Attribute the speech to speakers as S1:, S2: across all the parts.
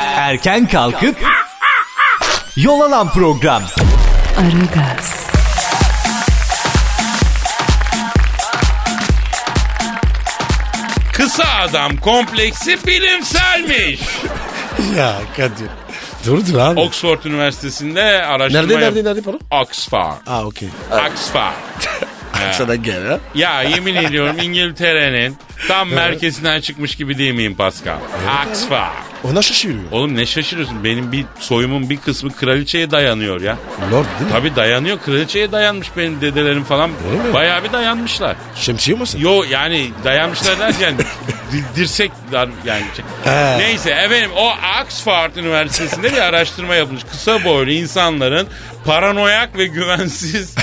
S1: erken kalkıp yol alan program.
S2: Aragaz,
S3: Kısa adam kompleksi bilimselmiş.
S4: Ya Kadir. Dur dur abi.
S3: Oxford Üniversitesi'nde araştırma
S4: nerede nerede
S3: yap-
S4: nerede para?
S3: Oxford.
S4: Aa okey.
S3: Oxford.
S4: Sana gel ha.
S3: Ya yemin ediyorum İngiltere'nin tam merkezinden çıkmış gibi değil miyim Pascal? Oxford.
S4: Ona şaşırıyor.
S3: Oğlum ne şaşırıyorsun? Benim bir soyumun bir kısmı kraliçeye dayanıyor ya.
S4: Lord değil mi?
S3: Tabii dayanıyor. Kraliçeye dayanmış benim dedelerim falan.
S4: Öyle mi?
S3: Bayağı bir dayanmışlar.
S4: Şemsiye misin?
S3: Yo yani dayanmışlar derken di- dirsek dar yani. şey.
S4: He.
S3: Neyse efendim o Oxford Üniversitesi'nde bir araştırma yapılmış. Kısa boylu insanların paranoyak ve güvensiz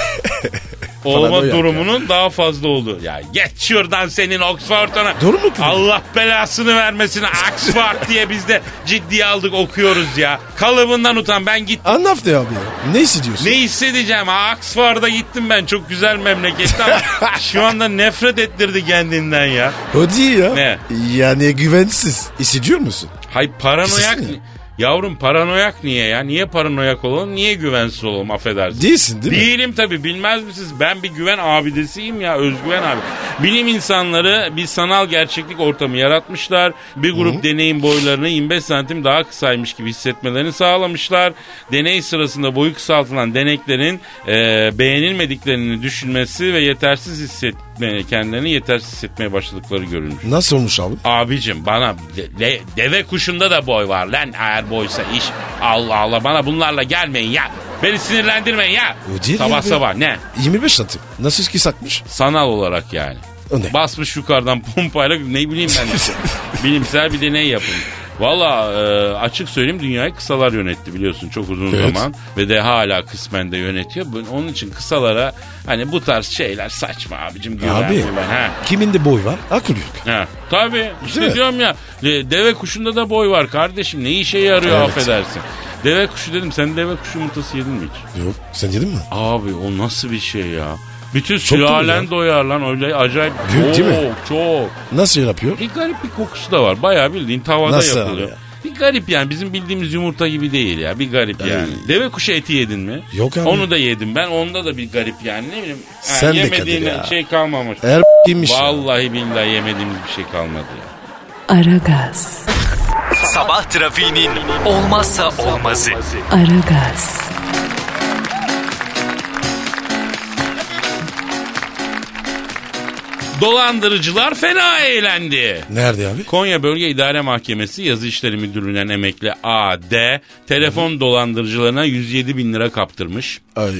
S3: olma
S4: Paranoyak
S3: durumunun daha fazla olduğu. Ya geç şuradan senin Oxford'una.
S4: Doğru mu kızım?
S3: Allah belasını vermesin. Oxford diye biz de ciddiye aldık okuyoruz ya. Kalıbından utan ben git.
S4: Anlaf de abi ya. Ne hissediyorsun?
S3: Ne hissedeceğim? Oxford'a gittim ben. Çok güzel memlekette ama şu anda nefret ettirdi kendinden ya.
S4: O değil ya.
S3: Ne?
S4: Yani güvensiz. Hissediyor musun?
S3: Hay paranoyak.
S4: Kesin ya.
S3: Yavrum paranoyak niye ya? Niye paranoyak olalım? Niye güvensiz olalım? Affedersin.
S4: Değilsin değil mi?
S3: Değilim tabii bilmez misiniz? Ben bir güven abidesiyim ya özgüven abi. Bilim insanları bir sanal gerçeklik ortamı yaratmışlar. Bir grup deneyin boylarını 25 santim daha kısaymış gibi hissetmelerini sağlamışlar. Deney sırasında boyu kısaltılan deneklerin e, beğenilmediklerini düşünmesi ve yetersiz hissetme, kendilerini yetersiz hissetmeye başladıkları görülmüş.
S4: Nasıl olmuş abi?
S3: Abicim bana de- de- deve kuşunda da boy var lan eğer boysa iş. Allah Allah bana bunlarla gelmeyin ya. Beni sinirlendirmeyin ya.
S4: O değil
S3: sabah
S4: ya be.
S3: sabah ne?
S4: 25 santim. Nasıl ki sakmış?
S3: Sanal olarak yani.
S4: O ne?
S3: Basmış yukarıdan pompayla ne bileyim ben. de. Bilimsel bir deney yapılmış. Valla e, açık söyleyeyim dünyayı kısalar yönetti biliyorsun çok uzun
S4: Evet.
S3: zaman ve de hala kısmen de yönetiyor. Bu- Onun için kısalara hani bu tarz şeyler saçma abicim güven
S4: Abi.
S3: güven. Ha.
S4: Kimin de boy var? Akıl yok.
S3: He, tabii işte
S4: Değil mi?
S3: diyorum ya de- deve kuşunda da boy var kardeşim ne işe yarıyor
S4: Evet.
S3: affedersin. Deve kuşu dedim sen deve kuşu yumurtası yedin mi hiç?
S4: Yok. Sen yedin mi?
S3: Abi o nasıl bir şey ya? Bütün
S4: Çok değil mi
S3: sülalen
S4: ya?
S3: doyar lan öyle acayip.
S4: Büyük değil mi?
S3: Çok, Çok.
S4: Nasıl yapıyor?
S3: Bir garip bir kokusu da var bayağı bildiğin tavada
S4: Nasıl abi
S3: yapılıyor.
S4: ya?
S3: Bir garip yani bizim bildiğimiz yumurta gibi değil ya bir garip yani. Deve kuşu eti yedin mi?
S4: Yok abi.
S3: Onu da yedim ben onda da bir garip yani ne bileyim. ha,
S4: Sen de Kadir
S3: yemediğine
S4: ya.
S3: şey kalmamış.
S4: Eğer Er kimmiş?
S3: Vallahi billahi yemediğimiz bir şey kalmadı ya.
S2: Aragaz,
S1: Sabah trafiğinin olmazsa olmazı.
S2: Aragaz,
S3: Dolandırıcılar fena eğlendi.
S4: Nerede abi?
S3: Konya Bölge İdare Mahkemesi Yazı İşleri Müdürlüğü'nden emekli AD telefon dolandırıcılarına 107 bin lira kaptırmış.
S4: Ay.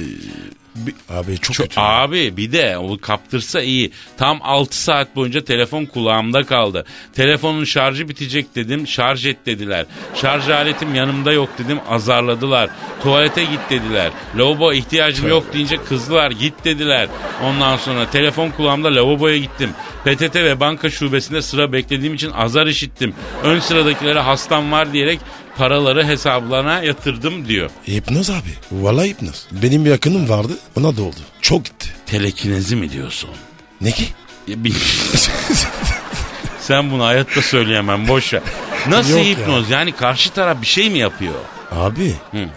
S4: Abi çok, kötü.
S3: Abi bir de o kaptırsa iyi. Tam 6 saat boyunca telefon kulağımda kaldı. Telefonun şarjı bitecek dedim şarj et dediler. Şarj aletim yanımda yok dedim azarladılar. Tuvalete git dediler. Lavaboya ihtiyacım yok deyince kızdılar git dediler. Ondan sonra telefon kulağımda lavaboya gittim. PTT ve banka şubesinde sıra beklediğim için azar işittim. Ön sıradakilere hastam var diyerek paraları hesaplarına yatırdım diyor.
S4: Hipnoz abi. Vallahi hipnoz. Benim bir yakınım vardı. Ona da oldu. Çok gitti.
S3: Telekinezi mi diyorsun?
S4: Ne ki?
S3: Ya bil- Sen bunu hayatta söyleyemem boş ver. Nasıl
S4: Yok ya.
S3: hipnoz? Yani karşı taraf bir şey mi yapıyor?
S4: Abi.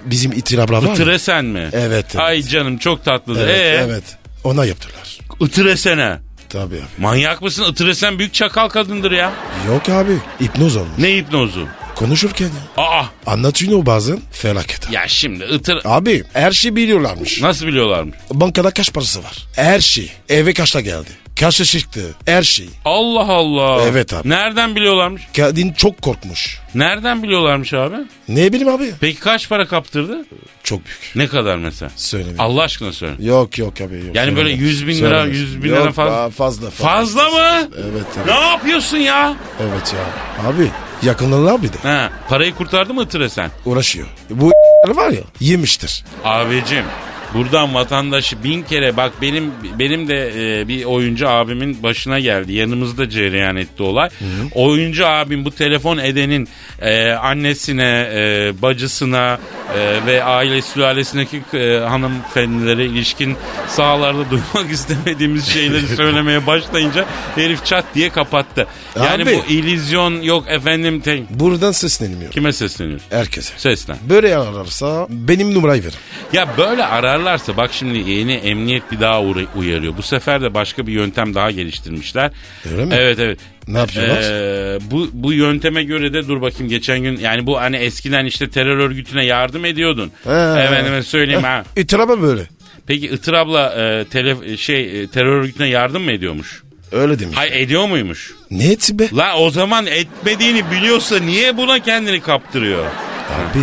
S4: Bizim itir abla var ya.
S3: Itresen mi?
S4: Evet, evet.
S3: Ay canım çok tatlıdır.
S4: Evet,
S3: ee,
S4: evet. Ona yaptılar.
S3: ıtıresene.
S4: Tabii abi.
S3: Manyak mısın? Itresen büyük çakal kadındır ya.
S4: Yok abi. Hipnoz olmuş.
S3: Ne hipnozu?
S4: Konuşurken ya.
S3: Aa
S4: Anlatıyor bazen felaket.
S3: ya şimdi ıtır...
S4: Abi her şeyi biliyorlarmış.
S3: Nasıl biliyorlarmış?
S4: Bankada kaç parası var? Her şey. Eve kaçta geldi? Kaçta çıktı? Her şey.
S3: Allah Allah.
S4: Evet abi.
S3: Nereden biliyorlarmış?
S4: Kadın çok korkmuş.
S3: Nereden biliyorlarmış abi?
S4: Ne bileyim abi?
S3: Peki kaç para kaptırdı?
S4: Çok büyük.
S3: Ne kadar mesela?
S4: Söylemeyeyim.
S3: Allah aşkına söyle.
S4: Yok yok abi. Yok.
S3: Yani böyle
S4: Söylemem.
S3: 100 bin lira,
S4: Söylemem.
S3: 100 bin lira
S4: Yok,
S3: fazla-
S4: fa- Fazla
S3: Fazla mı?
S4: Evet evet.
S3: Ne yapıyorsun ya?
S4: Evet ya. Abi yakınlar bir de
S3: Ha, parayı kurtardı mı Tresen?
S4: uğraşıyor. Bu var ya yemiştir.
S3: Abicim Buradan vatandaşı bin kere bak benim benim de e, bir oyuncu abimin başına geldi. Yanımızda cereyan etti olay. Oyuncu abim bu telefon edenin e, annesine, e, bacısına e, ve aile sülalesindeki e, hanımefendilere ilişkin sahalarda duymak istemediğimiz şeyleri söylemeye başlayınca herif çat diye kapattı. Yani
S4: Abi.
S3: bu illüzyon yok efendim. te-
S4: Buradan seslenmiyorum.
S3: Kime sesleniyor?
S4: Herkese.
S3: Seslen.
S4: Böyle ararsa benim numarayı verin.
S3: Ya böyle ararlarsa bak şimdi yeni emniyet bir daha uğra- uyarıyor. Bu sefer de başka bir yöntem daha geliştirmişler.
S4: Öyle mi?
S3: Evet evet.
S4: Ne yapıyorlar?
S3: Ee, bu, bu yönteme göre de dur bakayım geçen gün yani bu hani eskiden işte terör örgütüne yardım ediyordun.
S4: He.
S3: Efendime söyleyeyim ha.
S4: İtiraba böyle.
S3: Peki Itır abla e, tele- şey e, terör örgütüne yardım mı ediyormuş?
S4: Öyle demiş.
S3: Hay ediyor muymuş?
S4: Ne eti be?
S3: La o zaman etmediğini biliyorsa niye buna kendini kaptırıyor?
S4: Abi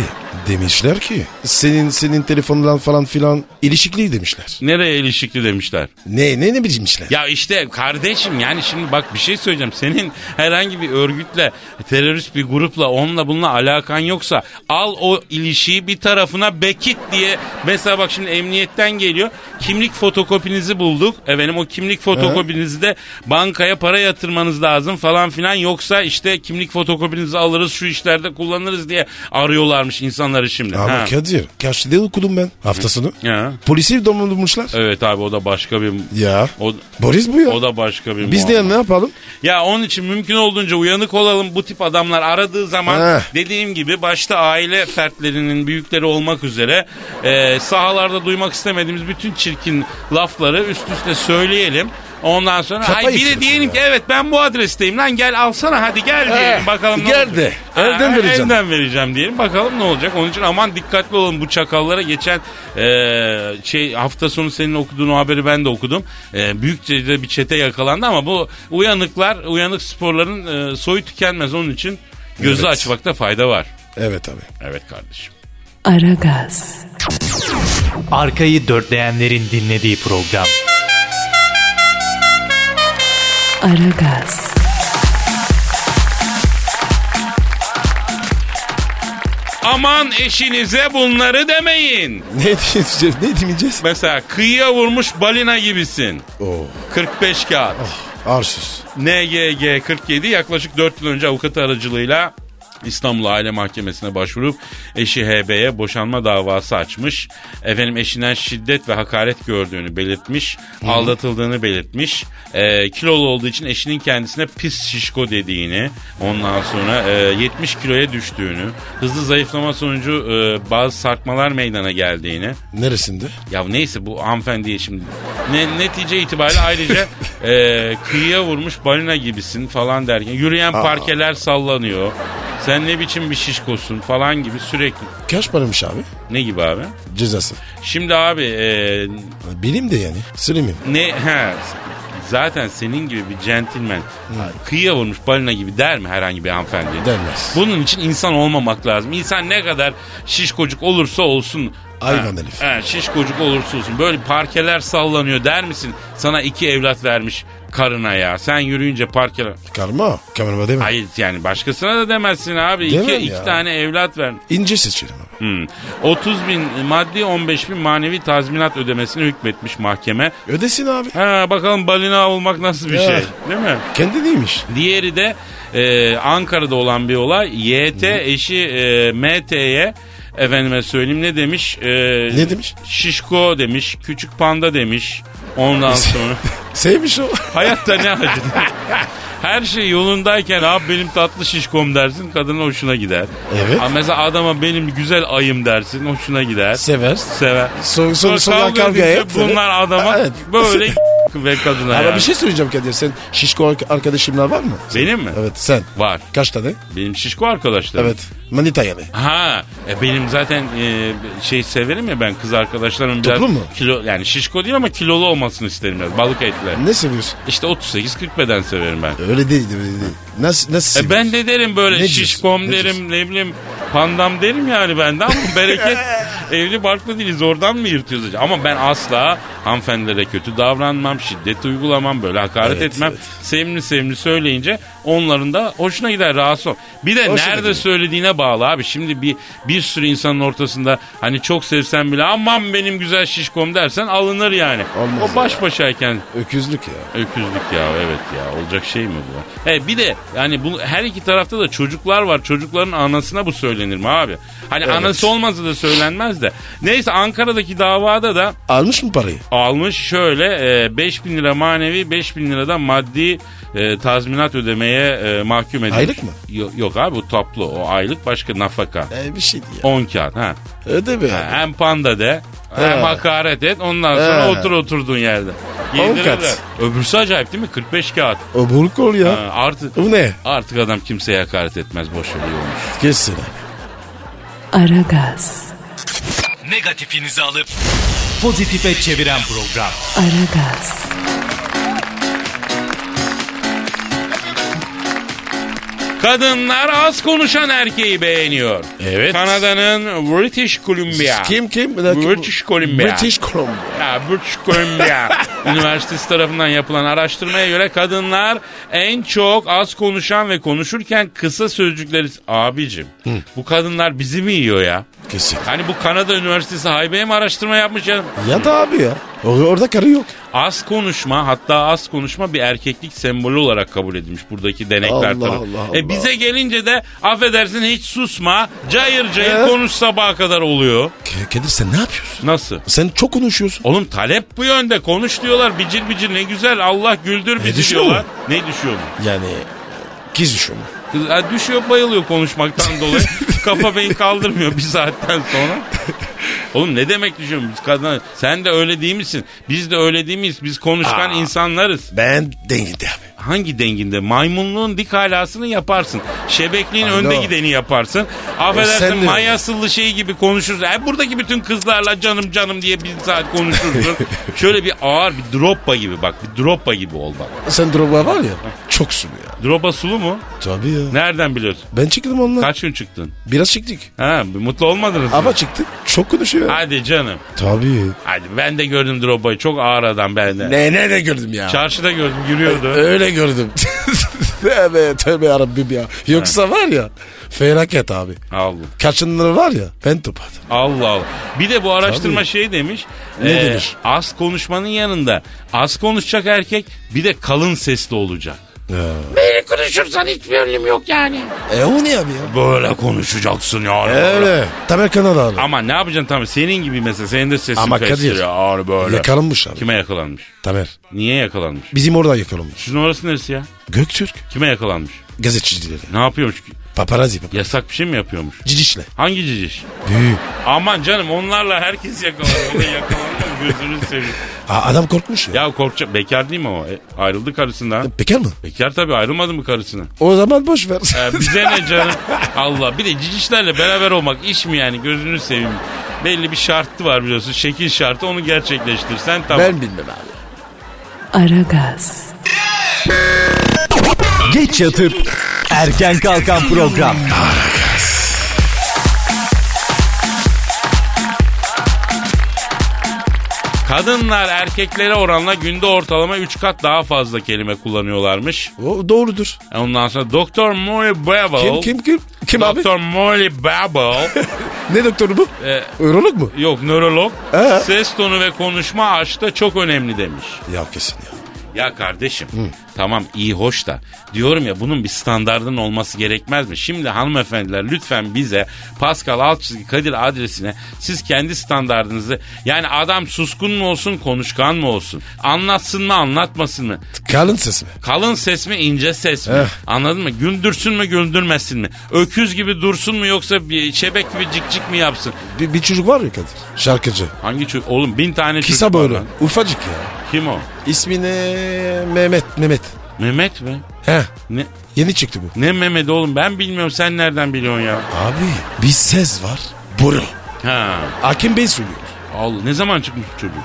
S4: demişler ki senin senin telefonundan falan filan ilişikliği demişler.
S3: Nereye ilişikli demişler?
S4: Ne ne ne bilmişler?
S3: Ya işte kardeşim yani şimdi bak bir şey söyleyeceğim. Senin herhangi bir örgütle, terörist bir grupla, onunla bununla alakan yoksa al o ilişiği bir tarafına bekit diye. Mesela bak şimdi emniyetten geliyor. Kimlik fotokopinizi bulduk. Efendim o kimlik fotokopinizi de bankaya para yatırmanız lazım falan filan. Yoksa işte kimlik fotokopinizi alırız şu işlerde kullanırız diye arıyorlarmış insanları şimdi.
S4: Ama
S3: Ha.
S4: Kadir kaçta okudum ben haftasını.
S3: Ya.
S4: Polisi domlamışlar.
S3: Evet abi o da başka bir...
S4: Ya.
S3: O,
S4: Boris bu ya.
S3: o da başka bir
S4: Biz
S3: muamma.
S4: de ne yapalım?
S3: Ya onun için mümkün olduğunca uyanık olalım. Bu tip adamlar aradığı zaman
S4: Heh.
S3: dediğim gibi başta aile fertlerinin büyükleri olmak üzere e, sahalarda duymak istemediğimiz bütün çirkin lafları üst üste söyleyelim. Ondan sonra
S4: Kafayı
S3: ay bir de
S4: kırıyorsun
S3: diyelim
S4: ya.
S3: ki evet ben bu adresteyim lan gel alsana hadi gel diyelim
S4: Eh,
S3: bakalım ne
S4: gel
S3: olacak.
S4: de,
S3: Ha,
S4: elden vereceğim.
S3: Elden vereceğim diyelim bakalım ne olacak. Onun için aman dikkatli olun bu çakallara geçen e, şey hafta sonu senin okuduğun o haberi ben de okudum. E, büyük derecede bir çete yakalandı ama bu uyanıklar uyanık sporların e, soyu tükenmez onun için gözü
S4: Evet.
S3: açmakta fayda var.
S4: Evet abi.
S3: Evet kardeşim.
S2: Aragaz,
S1: Arkayı dörtleyenlerin dinlediği program.
S2: Aragaz,
S3: Aman eşinize bunları demeyin.
S4: Ne diyeceğiz? Ne diyeceğiz?
S3: Mesela kıyıya vurmuş balina gibisin.
S4: Oo.
S3: 45 kağıt.
S4: Oh, Arsız.
S3: NGG 47 yaklaşık 4 yıl önce avukatı aracılığıyla İstanbul Aile Mahkemesi'ne başvurup eşi HB'ye boşanma davası açmış. Efendim eşinden şiddet ve hakaret gördüğünü belirtmiş. Aldatıldığını belirtmiş. Ee, kilolu olduğu için eşinin kendisine pis şişko dediğini, ondan sonra e, 70 kiloya düştüğünü, hızlı zayıflama sonucu e, bazı sarkmalar meydana geldiğini,
S4: Neresinde?
S3: ya neyse bu hanımefendiye şimdi. Ne, netice itibariyle ayrıca e, kıyıya vurmuş balina gibisin falan derken yürüyen parkeler sallanıyor. Sen ne biçim bir şişkosun falan gibi sürekli.
S4: Kaç paramış abi?
S3: Ne gibi abi?
S4: Cezası.
S3: Şimdi abi e,
S4: Benim de yani. Slim'im.
S3: ne he, zaten senin gibi bir centilmen kıyıya vurmuş balina gibi der mi herhangi bir hanımefendiye?
S4: Denmez.
S3: Bunun için insan olmamak lazım. İnsan ne kadar şişkocuk olursa olsun.
S4: Hayvan
S3: Ha,
S4: herif.
S3: ha, şişkocuk olursa olsun. Böyle parkeler sallanıyor der misin? Sana iki evlat vermiş karına ya. Sen yürüyünce parkeler...
S4: Karma. Kamerama deme.
S3: Hayır yani başkasına da demezsin abi. İki,
S4: Demem ya.
S3: iki tane evlat ver.
S4: İnce seçelim abi.
S3: Hmm. 30 bin maddi 15 bin manevi tazminat ödemesini hükmetmiş mahkeme.
S4: Ödesin abi.
S3: Ha bakalım balina olmak nasıl bir
S4: Ya.
S3: şey değil mi?
S4: Kendi değilmiş.
S3: Diğeri de e, Ankara'da olan bir olay. YT eşi e, MT'ye efendime söyleyeyim ne demiş? E,
S4: Ne demiş?
S3: Şişko demiş, küçük panda demiş. Ondan sonra
S4: Sevmiş o.
S3: hayatta ne acı. Her şey yolundayken abi benim tatlı şişkom dersin kadının hoşuna gider.
S4: Evet.
S3: Ama mesela adama benim güzel ayım dersin hoşuna gider.
S4: Sever.
S3: Sever.
S4: Son, son,
S3: Sonra
S4: sonra
S3: kavga
S4: kavga
S3: edince
S4: et.
S3: bunlar adama
S4: Evet.
S3: böyle ve kadına
S4: Ama
S3: yani.
S4: bir şey söyleyeceğim Kadir. Sen şişko ar- arkadaşımlar var mı?
S3: Benim mi?
S4: Evet sen.
S3: Var.
S4: Kaç tane?
S3: Benim şişko arkadaşlarım.
S4: Evet. Manita yani.
S3: Ha e, benim zaten e, şey severim ya ben kız arkadaşlarım biraz
S4: Toplu mu?
S3: kilo yani şişko değil ama kilolu olmasını isterim biraz balık etler.
S4: Ne seviyorsun?
S3: İşte 38 40 beden severim ben.
S4: Öyle değil, öyle değil. Nasıl, nasıl
S3: E ben
S4: seviyorsun?
S3: de derim böyle
S4: Ne diyorsun?
S3: şişkom
S4: Ne
S3: derim ne bileyim pandam derim yani ben de ama bereket evli barklı değiliz oradan mı yırtıyoruz acaba? Ama ben asla hanımefendilere kötü davranmam, şiddet uygulamam, böyle hakaret
S4: Evet,
S3: etmem.
S4: evet.
S3: Sevimli sevimli söyleyince Onların da hoşuna gider rahatsız ol. Bir de
S4: Hoşuna
S3: nerede
S4: gidiyor.
S3: söylediğine bağlı abi. Şimdi bir bir sürü insanın ortasında hani çok sevsen bile aman benim güzel şişkom dersen alınır yani.
S4: Olmaz
S3: o baş başayken
S4: Öküzlük ya.
S3: Öküzlük ya evet ya olacak şey mi bu? He bir de yani bu her iki tarafta da çocuklar var. Çocukların anasına bu söylenir mi abi? Hani anası olmazsa da söylenmez de. Neyse Ankara'daki davada da
S4: Almış mı parayı?
S3: almış şöyle e, 5000 lira manevi 5000 liradan maddi e, tazminat ödemeye e, mahkum edilmiş.
S4: Aylık mı?
S3: Yok, yok abi bu toplu o aylık başka nafaka.
S4: E, bir şey değil ya.
S3: 10 kağıt ha.
S4: Öde be.
S3: Ha, Hem panda de hem
S4: He.
S3: hakaret et ondan sonra
S4: He.
S3: otur oturduğun yerde.
S4: On
S3: Yedirirler.
S4: kat.
S3: Öbürsü acayip değil mi? 45 kağıt.
S4: O buruk ol ya.
S3: Ha, artık
S4: Bu ne?
S3: artık adam kimseye hakaret etmez boş ver iyi olmuş.
S4: Kesin abi.
S2: Aragaz,
S1: Negatifinizi alıp pozitife çeviren program.
S2: Aragaz,
S3: Kadınlar az konuşan erkeği beğeniyor.
S4: Evet.
S3: Kanada'nın British Columbia.
S4: Kim kim? Bir dakika.
S3: British Columbia.
S4: British Columbia.
S3: Ya British Columbia Üniversitesi tarafından yapılan araştırmaya göre kadınlar en çok az konuşan ve konuşurken kısa sözcükleri... Abicim bu kadınlar bizi mi yiyor ya?
S4: Kesin.
S3: Hani bu Kanada Üniversitesi haybeye mi araştırma yapmış ya?
S4: Ya da abi ya. Or- orada karı yok.
S3: Az konuşma hatta az konuşma bir erkeklik sembolü olarak kabul edilmiş buradaki denekler
S4: Allah
S3: tarafı.
S4: Allah
S3: E
S4: Allah.
S3: bize gelince de affedersin hiç susma cayır cayır
S4: Ee?
S3: konuş sabaha kadar oluyor.
S4: K- Kadir sen ne yapıyorsun?
S3: Nasıl?
S4: Sen çok konuşuyorsun.
S3: Oğlum talep bu yönde konuş diyorlar bicir bicir ne güzel Allah güldür bizi
S4: düşüyor
S3: diyorlar. Ne düşüyor mu?
S4: Yani kız düşüyor mu?
S3: Kız, ha, düşüyor bayılıyor konuşmaktan dolayı. Kafa beyin kaldırmıyor bir saatten sonra. Oğlum ne demek düşüyorum biz kadın sen de öyle değil misin? Biz de öyle değil miyiz? Biz konuşkan
S4: Aa.
S3: insanlarız.
S4: Ben dengildi abi.
S3: Hangi denginde? Maymunluğun dik halasını yaparsın. Şebekliğin
S4: Alo.
S3: önde gideni yaparsın.
S4: E, sen
S3: Affedersin
S4: de-
S3: manyasıllı şey gibi konuşuruz. E, buradaki bütün kızlarla canım canım diye bir saat konuşursun. Şöyle bir ağır bir droppa gibi bak. Bir droppa gibi ol bak.
S4: Sen droplar var ya. Çok sulu ya.
S3: Droppa sulu mu?
S4: Tabii ya.
S3: Nereden biliyorsun?
S4: Ben çıktım onunla.
S3: Kaç gün çıktın?
S4: Biraz çıktık.
S3: Ha mutlu olmadınız mı?
S4: Ama çıktık. Çok konuşuyor.
S3: Hadi canım.
S4: Tabii.
S3: Hadi ben de gördüm Drobba'yı. Çok ağır adam ben de.
S4: Ne E, ne ne gördüm ya.
S3: Çarşıda gördüm yürüyordu.
S4: Öyle gördüm. tövbe tövbe yarabbim ya. Yoksa var ya felaket abi.
S3: Allah.
S4: Kaçınları var ya ben topladım.
S3: Allah Allah. Bir de bu araştırma
S4: Tabii.
S3: şey demiş.
S4: Ne demiş?
S3: Az konuşmanın yanında az konuşacak erkek bir de kalın sesli olacak.
S4: E o ne abi ya?
S3: Böyle konuşacaksın ya.
S4: Öyle. Tamer Kanal abi.
S3: Ama ne yapacaksın Tamer? Senin gibi mesela senin de sesin
S4: Ama
S3: kaçtı
S4: Kadir,
S3: ya ağır böyle.
S4: Yakalanmış abi.
S3: Kime yakalanmış?
S4: Tamer.
S3: Niye yakalanmış?
S4: Bizim orada yakalanmış.
S3: Sizin orası neresi ya?
S4: Göktürk.
S3: Kime yakalanmış?
S4: Gazetecileri.
S3: Ne yapıyormuş? ki?
S4: Paparazzi. Pap-
S3: Yasak bir şey mi yapıyormuş?
S4: Cicişle.
S3: Hangi ciciş?
S4: Büyük.
S3: Aman canım onlarla herkes yakalanıyor. Ona yakalanıyor gözünü seveyim.
S4: Aa, adam korkmuş ya.
S3: Ya korkacak. Bekar değil mi o? E, ayrıldı karısından.
S4: Bekar mı?
S3: Bekar tabii ayrılmadı mı karısına?
S4: O zaman boş ver.
S3: E, bize ne canım? Allah. Bir de cicişlerle beraber olmak iş mi yani? Gözünü seveyim. Belli bir şartı var biliyorsun. Şekil şartı onu gerçekleştirsen tamam.
S4: Ben bilmem abi.
S2: Aragaz,
S1: Geç yatıp erken kalkan program.
S3: Kadınlar erkeklere oranla günde ortalama 3 kat daha fazla kelime kullanıyorlarmış.
S4: O doğrudur.
S3: E, Ondan sonra Doktor Molly Babel.
S4: Kim kim kim? Kim abi?
S3: Doktor Molly Babel.
S4: Ne doktoru bu?
S3: e,
S4: Urolog mu?
S3: Yok nörolog
S4: Ee?
S3: ses tonu ve konuşma açta çok önemli demiş.
S4: Ya kesin ya.
S3: Ya kardeşim tamam iyi hoş da diyorum ya bunun bir standardın olması gerekmez mi? Şimdi hanımefendiler lütfen bize Pascal alt çizgi Kadir adresine siz kendi standardınızı yani adam suskun mu olsun konuşkan mı olsun anlatsın mı anlatmasın mı
S4: Kalın ses mi?
S3: Kalın ses mi ince ses mi? Anladın mı? Güldürsün mü güldürmesin mi? Öküz gibi dursun mu yoksa bir şebek gibi cikcik mi yapsın?
S4: Bir, bir çocuk var ya Kadir. Şarkıcı.
S3: Hangi çocuk? Oğlum bin tane çocuk
S4: Kısa
S3: var
S4: boylu.
S3: lan.
S4: Ufacık ya.
S3: Kim o?
S4: İsmi ne? Mehmet. Mehmet.
S3: Mehmet mi?
S4: He.
S3: Ne,
S4: Yeni çıktı bu.
S3: ne Mehmet oğlum ben bilmiyorum sen nereden biliyorsun ya?
S4: Abi bir ses var. Boru.
S3: Ha.
S4: Hakim Bey söylüyor.
S3: Allah ne zaman çıkmış bu çocuk?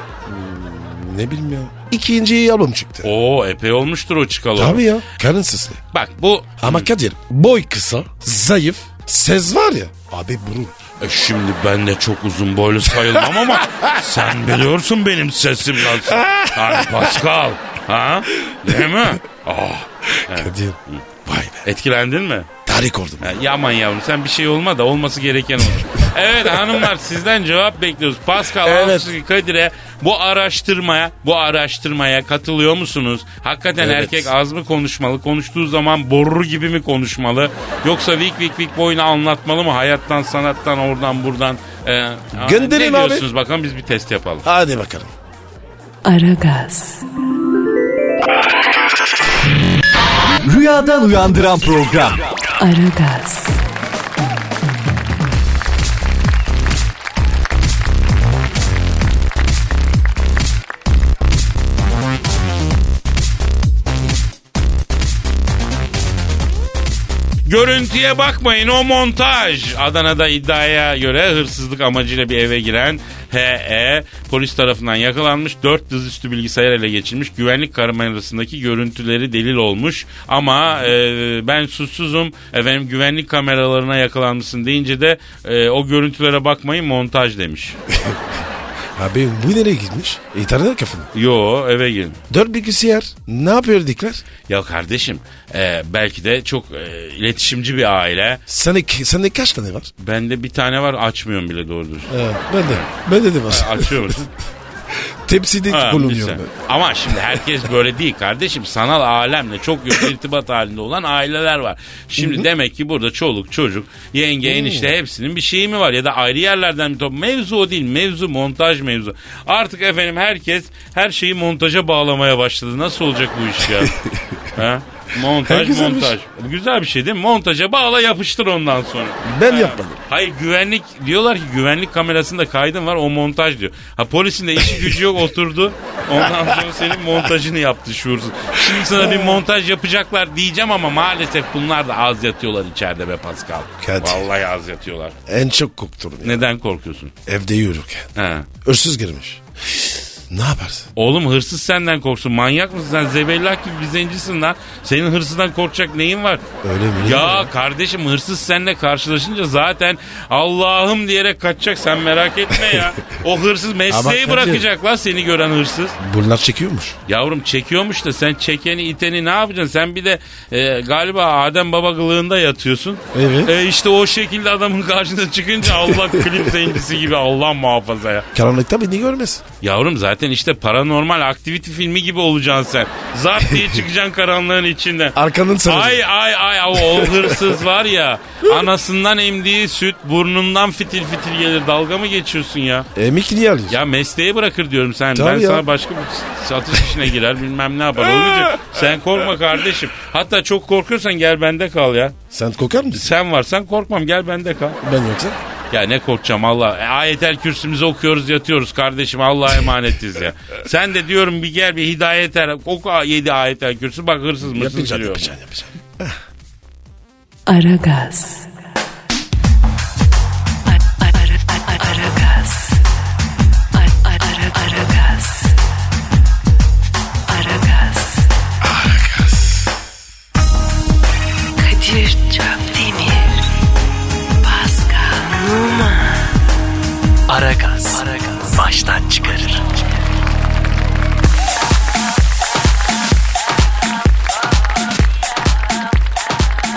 S4: Ne bilmiyorum. İkinci albüm çıktı.
S3: Oo epey olmuştur o çıkalı.
S4: Tabii ya. Karın sesli.
S3: Bak bu
S4: Ama Kadir boy kısa, zayıf, ses var ya. Abi burun.
S3: E şimdi ben de çok uzun boylu sayılmam ama sen biliyorsun benim sesim nasıl. Hani Pascal. Ha? Değil mi? Ah.
S4: Kadir. Vay
S3: Etkilendin mi?
S4: Tarih oldum.
S3: Ya, yaman yavrum sen bir şey olma da olması gereken olur. evet hanımlar sizden cevap bekliyoruz. Pascal
S4: Evet.
S3: Askı Kadir'e bu araştırmaya bu araştırmaya katılıyor musunuz? Hakikaten
S4: Evet.
S3: erkek az mı konuşmalı? Konuştuğu zaman boru gibi mi konuşmalı? Yoksa vik vik vik boyuna anlatmalı mı? Hayattan sanattan oradan buradan. Ee,
S4: Gönderin
S3: ne
S4: abi.
S3: diyorsunuz bakalım biz bir test yapalım.
S4: Hadi bakalım.
S2: Aragaz,
S1: Rüyadan uyandıran program.
S2: Aragaz,
S3: Görüntüye bakmayın o montaj. Adana'da iddiaya göre hırsızlık amacıyla bir eve giren HE polis tarafından yakalanmış. 4 dizüstü bilgisayar ele geçirmiş. Güvenlik kamerasındaki görüntüleri delil olmuş. Ama e, ben suçsuzum efendim güvenlik kameralarına yakalanmışsın deyince de e, o görüntülere bakmayın montaj demiş.
S4: Abi bu nereye gitmiş? İnternet kafanı.
S3: Yo eve gir.
S4: Dört bilgisayar. Ne yapıyor dikler?
S3: Ya kardeşim e, belki de çok e, iletişimci bir aile.
S4: Sende, sende kaç tane var?
S3: Bende bir tane var açmıyorum bile doğru dürüst. E,
S4: Ee, ben de. Ben de de var.
S3: Açıyorum.
S4: Tepside
S3: Ha,
S4: bulunuyorum
S3: bilsen.
S4: ben.
S3: Ama şimdi herkes böyle değil kardeşim. Sanal alemle çok yoğun irtibat halinde olan aileler var. Şimdi demek ki burada çoluk çocuk, yenge, enişte hepsinin bir şeyi mi var? Ya da ayrı yerlerden bir top. Mevzu o değil. Mevzu montaj mevzu. Artık efendim herkes her şeyi montaja bağlamaya başladı. Nasıl olacak bu iş ya? ha? Montaj
S4: Güzelmiş.
S3: montaj. Güzel bir şey değil mi? Montaja bağla yapıştır ondan sonra.
S4: Ben yapmadım.
S3: Hayır güvenlik diyorlar ki güvenlik kamerasında kaydın var o montaj diyor. Ha polisin de işi gücü yok oturdu. Ondan sonra senin montajını yaptı şuursuz. Şimdi sana bir montaj yapacaklar diyeceğim ama maalesef bunlar da az yatıyorlar içeride be Pascal.
S4: Kadir.
S3: Vallahi az yatıyorlar.
S4: En çok korktum. ya.
S3: Neden korkuyorsun?
S4: Evde yürürken.
S3: Ha.
S4: Hırsız girmiş. ne yaparsın?
S3: Oğlum hırsız senden korksun. Manyak mısın sen? Zebellah gibi bir zencisin lan. Senin hırsızdan korkacak neyin var?
S4: Öyle mi? Öyle
S3: Ya kardeşim hırsız seninle karşılaşınca zaten Allah'ım diyerek kaçacak sen merak etme ya. O hırsız mesleği
S4: Kadir-
S3: bırakacak lan seni gören hırsız.
S4: Bunlar çekiyormuş.
S3: Yavrum çekiyormuş da sen çekeni iteni ne yapacaksın? Sen bir de e, galiba Adem Baba gılığında yatıyorsun.
S4: Evet.
S3: E, işte o şekilde adamın karşına çıkınca Allah klip zencisi gibi Allah muhafaza ya.
S4: Karanlıkta beni görmez.
S3: Yavrum zaten işte paranormal aktivite filmi gibi olacaksın sen. Zart diye çıkacaksın karanlığın içinden.
S4: Arkanın sarı.
S3: Ay ay ay o, o hırsız var ya anasından emdiği süt burnundan fitil fitil gelir dalga mı geçiyorsun ya?
S4: Emek E, niye alıyorsun?
S3: Ya mesleği bırakır diyorum sen.
S4: Tabii
S3: ben
S4: ya.
S3: sana başka bir satış işine girer bilmem ne yapar. Olmayacak. Sen korkma kardeşim. Hatta çok korkuyorsan gel bende kal ya.
S4: Sen kokar mısın?
S3: Sen varsan korkmam gel bende kal.
S4: Ben yoksa.
S3: Ya ne korkacağım Allah. E, ayetel kürsümüzü okuyoruz yatıyoruz kardeşim Allah'a emanetiz ya. Sen de diyorum bir gel bir hidayet er. Oku a- yedi ayetel kürsü bak hırsız mısın
S4: Yapacağım,
S3: diyor.
S4: yapacağım, yapacağım.
S2: Aragaz. Aragaz, Aragaz, Aragaz. Kadir Çapdemir, Pascal Numa.
S1: Aragaz. Baştan çıkarır.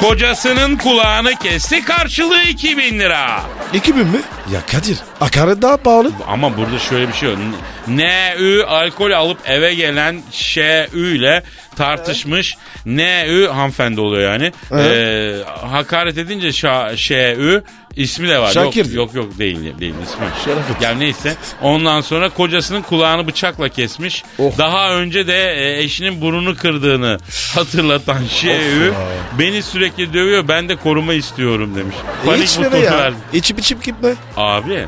S3: Kocasının kulağını kesti karşılığı 2000 lira.
S4: 2000 mi? Ya Kadir. Akaret daha pahalı.
S3: Ama burada şöyle bir şey yok. NÜ alkol alıp eve gelen ŞÜ ile tartışmış. NÜ hanımefendi oluyor yani. Ee, hakaret edince şa- ŞÜ ismi de var.
S4: Şakir.
S3: Yok, yok yok değil değil ismi. Ya neyse. Ondan sonra kocasının kulağını bıçakla kesmiş.
S4: Oh.
S3: Daha önce de e, eşinin burnunu kırdığını hatırlatan ŞÜ beni sürekli dövüyor ben de koruma istiyorum demiş. Panik
S4: İçme E, be
S3: butonu
S4: ya.
S3: verdi.
S4: İçip içip gitme.
S3: Abi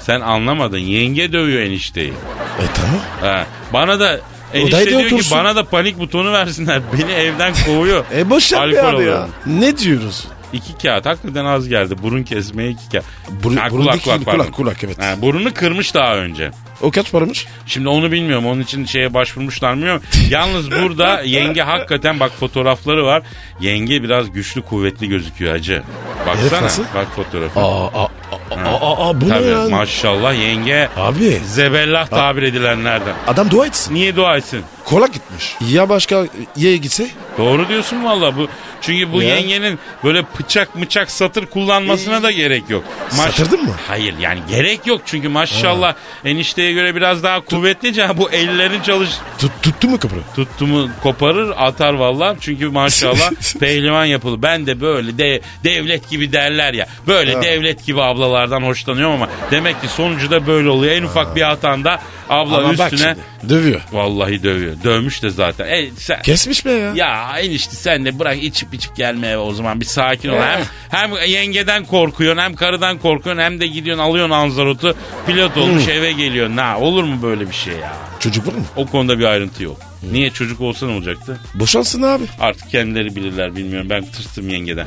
S3: sen anlamadın yenge dövüyor enişteyi.
S4: E tamam.
S3: Ha, bana da enişte
S4: Odayda
S3: diyor ki
S4: otursun.
S3: bana da panik butonu versinler. Beni evden kovuyor.
S4: E boş yap be
S3: Alkol
S4: abi ya.
S3: alalım.
S4: Ne diyoruz?
S3: İki kağıt hakikaten az geldi. Burun kesmeye iki kağıt.
S4: Bur-
S3: Ha,
S4: burundaki
S3: pardon.
S4: kulak, kulak, evet.
S3: Ha, burunu kırmış daha önce.
S4: O kaç paramış?
S3: Şimdi onu bilmiyorum. Onun için şeye başvurmuşlar mı bilmiyorum. Yalnız burada yenge hakikaten bak fotoğrafları var. Yenge biraz güçlü kuvvetli gözüküyor hacı. Baksana.
S4: nasıl?
S3: bak fotoğrafı.
S4: Aa, aa, aa, aa, aa, bu ne
S3: Tabii
S4: ya?
S3: maşallah yenge
S4: Abi
S3: zebellah tabir edilenlerden.
S4: adam dua etsin.
S3: Niye dua etsin?
S4: kola gitmiş. Ya başka yeye gitse?
S3: Doğru diyorsun valla bu. Çünkü bu
S4: Ya.
S3: yengenin böyle bıçak mıçak satır kullanmasına da gerek yok.
S4: Satırdın mı?
S3: Hayır yani gerek yok çünkü maşallah enişteye göre biraz daha kuvvetlice ha, bu ellerin çalış
S4: Tut, tuttu mu kapıyı?
S3: tuttu mu koparır atar valla. Çünkü maşallah
S4: Şey-
S3: pehlivan yapılı. Ben de böyle de, devlet gibi derler ya. Böyle devlet gibi ablalardan hoşlanıyorum ama demek ki sonucu da böyle oluyor. En ufak bir hatanda abla
S4: Ama bak
S3: üstüne
S4: şimdi, dövüyor.
S3: vallahi dövüyor. Dövmüş de zaten. E, sen,
S4: Kesmiş be ya.
S3: ya enişte sen de bırak içip içip gelme eve o zaman bir sakin ol. Hem, hem yengeden korkuyorsun hem karıdan korkuyorsun hem de gidiyorsun alıyorsun anzarotu pilot olmuş eve geliyorsun. Ha, olur mu böyle bir şey ya?
S4: Çocuk var mı?
S3: O konuda bir ayrıntı yok. Niye çocuk olsa ne olacaktı?
S4: Boşansın abi.
S3: Artık kendileri bilirler bilmiyorum ben tırstım yengeden.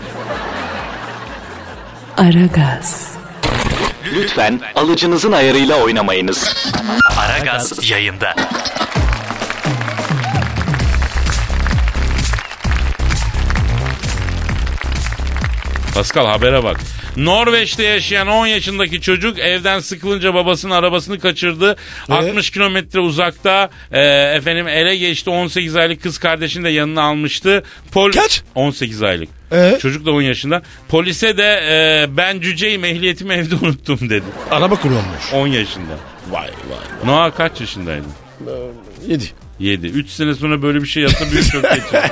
S2: Aragaz,
S1: Lütfen alıcınızın ayarıyla oynamayınız. Aragaz yayında.
S3: Pascal habere bak. Norveç'te yaşayan 10 yaşındaki çocuk evden sıkılınca babasının arabasını kaçırdı.
S4: Ee?
S3: 60 kilometre uzakta e, efendim ele geçti. 18 aylık kız kardeşini de yanına almıştı. Pol
S4: Kaç?
S3: 18 aylık.
S4: Ee?
S3: Çocuk da 10 yaşında. Polise de e, ben cüceyim ehliyetimi evde unuttum dedi.
S4: Araba kullanmış.
S3: 10 yaşında.
S4: Vay vay.
S3: Noah kaç yaşındaydı?
S4: Yedi.
S3: 7. 3 sene sonra böyle bir şey yapsa büyük şok geçiyor.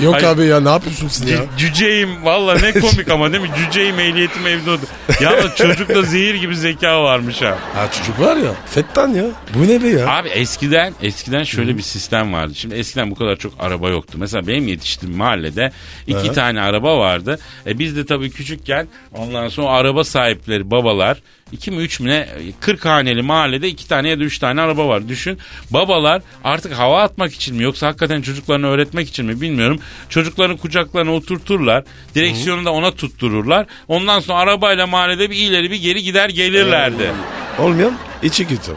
S4: Yok
S3: Hayır.
S4: abi ya ne yapıyorsun sen ya?
S3: Cü- Cüceyim valla ne komik ama değil mi? Cüceyim ehliyetim evde oldu. Yalnız çocukta zehir gibi zeka varmış ha.
S4: Ha çocuk var ya. Fettan ya. Bu ne be ya?
S3: Abi eskiden eskiden şöyle bir sistem vardı. Şimdi eskiden bu kadar çok araba yoktu. Mesela benim yetiştiğim mahallede iki tane araba vardı. E biz de tabii küçükken ondan sonra araba sahipleri babalar iki mi üç mü ne 40 haneli mahallede iki tane ya da üç tane araba var. Düşün babalar artık hava atmak için mi yoksa hakikaten çocuklarını öğretmek için mi bilmiyorum. Çocukların kucaklarına oturturlar. Direksiyonu da ona tuttururlar. Ondan sonra arabayla mahallede bir ileri bir geri gider gelirlerdi.
S4: Olmayan içi kötü.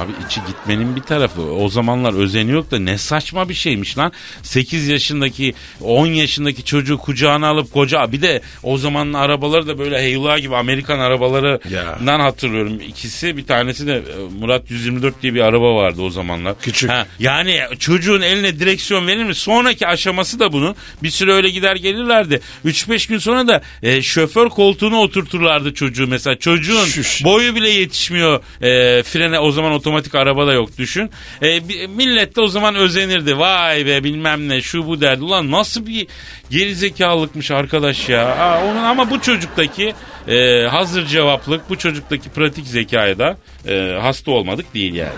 S3: Abi içi gitmenin bir tarafı. O zamanlar özeni yok da ne saçma bir şeymiş lan. 8 yaşındaki 10 yaşındaki çocuğu kucağına alıp koca bir de o zamanın arabaları da böyle heyula gibi Amerikan arabalarından hatırlıyorum. İkisi bir tanesi de e, Murat 124 diye bir araba vardı o zamanlar.
S4: Küçük.
S3: Ha, yani çocuğun eline direksiyon verir mi? Sonraki aşaması da bunun. Bir süre öyle gider gelirlerdi. 3-5 gün sonra da e, şoför koltuğuna oturturlardı çocuğu mesela. Çocuğun
S4: Şuş.
S3: boyu bile yetişmiyor e, frene. O zaman otomatik araba da yok düşün. E, bi- millet de o zaman özenirdi. Vay be bilmem ne şu bu derdi. Ulan nasıl bir gerizekalılıkmış arkadaş ya. Aa, onun Ama bu çocuktaki e, hazır cevaplık, bu çocuktaki pratik zekaya da e, hasta olmadık değil yani.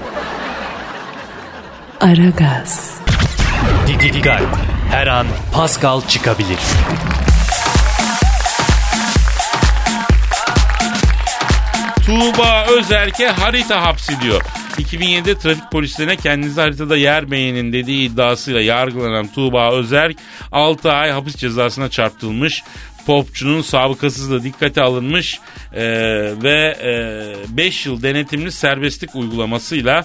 S2: Aragaz,
S1: Didi Dikkat. Her an Pascal çıkabilir.
S3: Tuğba Özerke harita hapsi diyor. 2007'de trafik polislerine kendinizi haritada yer beğenin dediği iddiasıyla yargılanan Tuğba Özerk 6 ay hapis cezasına çarptırılmış. Popçunun sabıkasız da dikkate alınmış Ee, ve 5 yıl denetimli serbestlik uygulamasıyla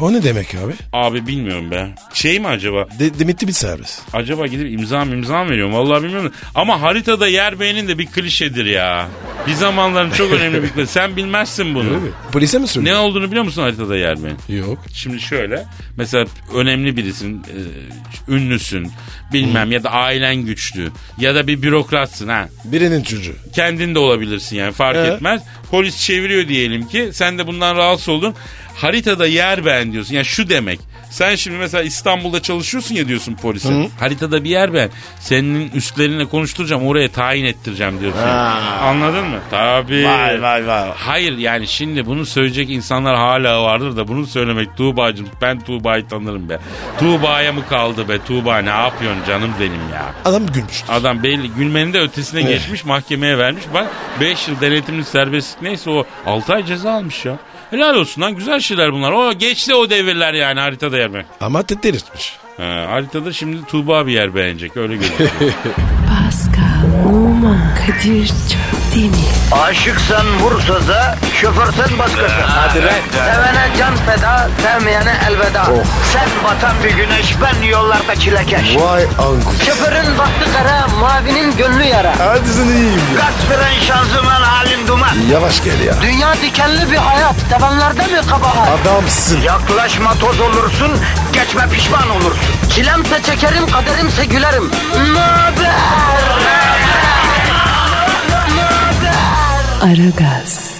S4: O ne demek abi?
S3: abi bilmiyorum be. Şey mi acaba?
S4: De Demetli bir servis.
S3: Acaba gidip imza mı imza mı veriyorum? Vallahi bilmiyorum. Ama haritada yer beğenin de bir klişedir ya. Bir zamanların çok önemli bir klişe. Sen bilmezsin bunu.
S4: Polise mi
S3: Ne
S4: söylüyor?
S3: olduğunu biliyor musun haritada yer mi?
S4: Yok.
S3: Şimdi şöyle mesela önemli birisin, e, ünlüsün bilmem ya da ailen güçlü ya da bir bürokratsın ha.
S4: Birinin çocuğu.
S3: Kendin de olabilirsin yani fark
S4: Evet.
S3: etmez. Polis çeviriyor diyelim ki sen de bundan rahatsız oldun. Haritada yer beğen diyorsun. Yani şu demek. Sen şimdi mesela İstanbul'da çalışıyorsun ya diyorsun polise. Haritada bir yer beğen. Senin üstlerinle konuşturacağım oraya tayin ettireceğim diyorsun. Anladın mı? Tabii.
S4: vay.
S3: Hayır yani şimdi bunu söyleyecek insanlar hala vardır da bunu söylemek Tuğba'cığım ben Tuğba'yı tanırım be. Tuğba'ya mı kaldı be Tuğba ne yapıyorsun canım benim ya.
S4: Adam gülmüştü.
S3: Adam belli gülmenin de ötesine geçmiş mahkemeye vermiş. Bak 5 yıl denetimli serbestlik neyse o 6 ay ceza almış ya. Helal olsun lan güzel şeyler bunlar. O geçti o devirler yani haritada yer be.
S4: Ama teter etmiş.
S3: Ha, haritada şimdi Tuğba bir yer beğenecek öyle gözüküyor.
S2: Pascal, Numan, Kadir çok değil mi?
S5: Aşıksan vursa da, şoförsen başkasın. Hadi Sevene can feda, sevmeyene elveda. Sen batan bir güneş, ben yollarda çilekeş.
S4: Vay anku.
S5: Şoförün baktı kara, mavinin gönlü yara.
S4: Hadi sen iyiyim ya.
S5: Kasperen şanzıman halin duman.
S4: Yavaş gel ya.
S5: Dünya dikenli bir hayat, sevenlerde mi kabahar?
S4: Adamsın.
S5: Yaklaşma toz olursun, geçme pişman olursun. Çilemse çekerim, kaderimse gülerim. Möber!
S2: Aragaz.